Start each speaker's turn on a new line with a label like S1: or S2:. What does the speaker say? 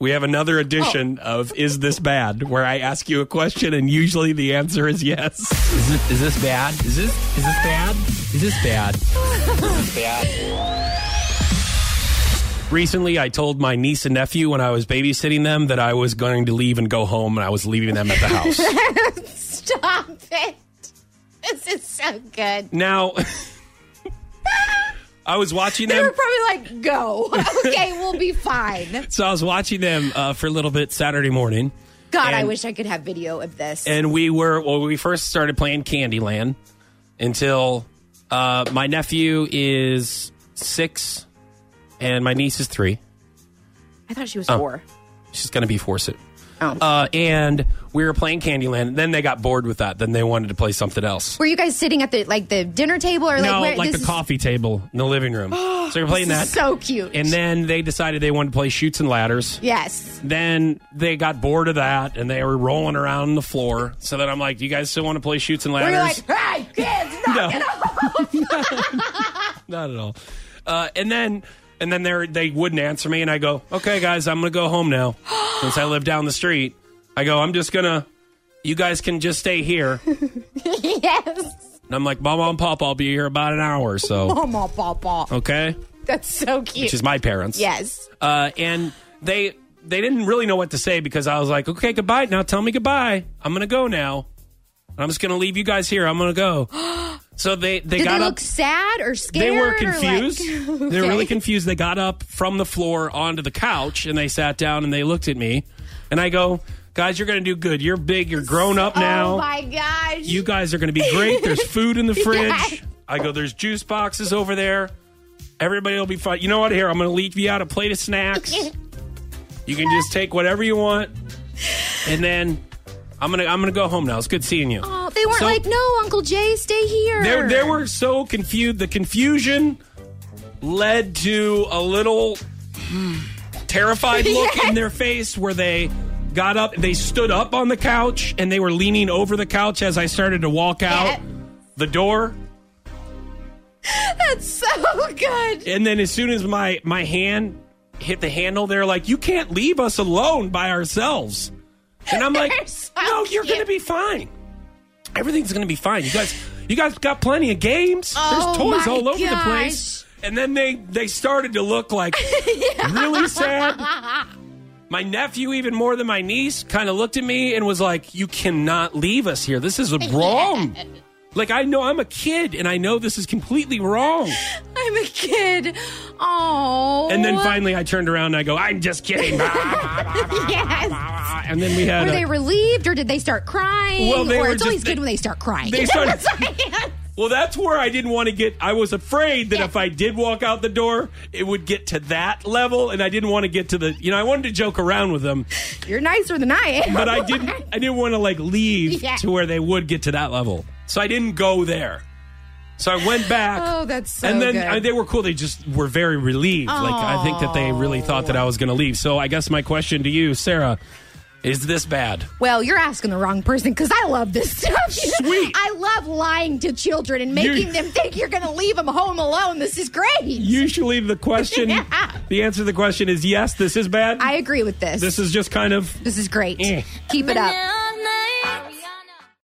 S1: We have another edition of Is This Bad? where I ask you a question and usually the answer is yes.
S2: Is this, is this bad? Is this is this bad? Is this bad?
S1: Recently, I told my niece and nephew when I was babysitting them that I was going to leave and go home and I was leaving them at the house.
S3: Stop it. This is so good.
S1: now, I was watching
S3: They
S1: them.
S3: were probably like, go. Okay, we'll be fine.
S1: So I was watching them uh, for a little bit Saturday morning,
S3: God, I
S1: And-
S3: wish I could have video of this.
S1: and we were well. We first started playing Candyland until uh, my nephew is six, and my niece is three.
S3: I thought she was four.
S1: She's going to be four soon.
S3: Oh.
S1: Oh. Uh, and we were playing Candyland. Then they got bored with that. Then they wanted to play something else.
S3: Were you guys sitting at the like the dinner table or like
S1: no,
S3: where
S1: like the
S3: this is-
S1: coffee table in the living room. so we are playing
S3: this
S1: that.
S3: is so cute.
S1: and then they decided they wanted to play shoots and ladders.
S3: yes.
S1: then they got bored of that and they were rolling around on the floor. So then I'm like, you guys still want to play shoots and
S3: Were you
S1: ladders?
S3: like, hey kids,
S1: no. Not at all. Uh, and then and then they they wouldn't answer me and I go, okay guys, I'm gonna go home now since I live down the street. I go, I'm just gonna. You guys can just stay here. and
S3: yes.
S1: I'm like, Mama and Papa, I'll be here about an hour or so.
S3: Mama, papa.
S1: Okay,
S3: That's so cute.
S1: which is my parents.
S3: yes.
S1: uh, and they they didn't really know what to say because I was like, okay, goodbye. Now tell me goodbye. I'm gonna go now. And I'm just gonna leave you guys here. I'm gonna go. So they they
S3: Did
S1: got
S3: they
S1: up.
S3: look sad or scared?
S1: they were
S3: or, like-
S1: confused. They were really
S3: Okay.
S1: confused. They got up from the floor onto the couch and they sat down and they looked at me. And I go, guys, you're gonna do good. You're big. You're grown up now.
S3: Oh my gosh.
S1: You guys are going to be great. There's food in the fridge.
S3: Yeah.
S1: I go, there's juice boxes over there. Everybody will be fine. You know what? Here, I'm going to leave you out a plate of snacks. You can just take whatever you want. And then I'm going to I'm going to go home now. It's good seeing you.
S3: Oh, they weren't
S1: So-
S3: like, no, Uncle Jay, stay here.
S1: They they were so confused. The confusion led to a little hmm, terrified look in their face where they got up, they stood up on the couch and they were leaning over the couch as I started to walk out
S3: Yeah.
S1: the door.
S3: That's so good.
S1: And then as soon as my my hand hit the handle, they're like, "You can't leave us alone by ourselves." And I'm like,
S3: They're so
S1: "No, you're
S3: cute.
S1: going to be fine. Everything's going to be fine. You guys, you guys got plenty of games.
S3: Oh,
S1: There's toys
S3: my
S1: all over the place." And then they they started to look like really sad. My nephew, even more than my niece, kind of looked at me and was like, "You cannot leave us here. This is wrong." Like I know I'm a kid and I know this is completely wrong.
S3: I'm a kid. Oh.
S1: And then finally, I turned around and I go, "I'm just kidding."
S3: Yes.
S1: and then we had
S3: Were
S1: a-
S3: they relieved or did they start crying?
S1: Well, they
S3: or
S1: were
S3: it's always
S1: just-
S3: good when they start crying.
S1: they started.
S3: Yes.
S1: well, that's where I didn't want to get. I was afraid that if I did walk out the door, it would get to that level, and I didn't want to get to the. You know, I wanted to joke around with them,
S3: You're nicer than I am.
S1: but I didn't. I didn't want to like leave
S3: Yeah.
S1: to where they would get to that level, so I didn't go there. So I went back.
S3: Oh, that's so
S1: and then
S3: good.
S1: uh, they were cool. They just were very relieved. Like I think that they really thought that I was going to leave. So I guess my question to you, Sarah, is this bad?
S3: Well, you're asking the wrong person because I love this stuff.
S1: Sweet.
S3: I love lying to children and making
S1: You-
S3: them think you're going to leave them home alone. This is great.
S1: Usually the question,
S3: Yeah.
S1: the answer to the question is yes, this is bad.
S3: I agree with this.
S1: this is just kind of
S3: This is great.
S1: Eh.
S3: Keep it up.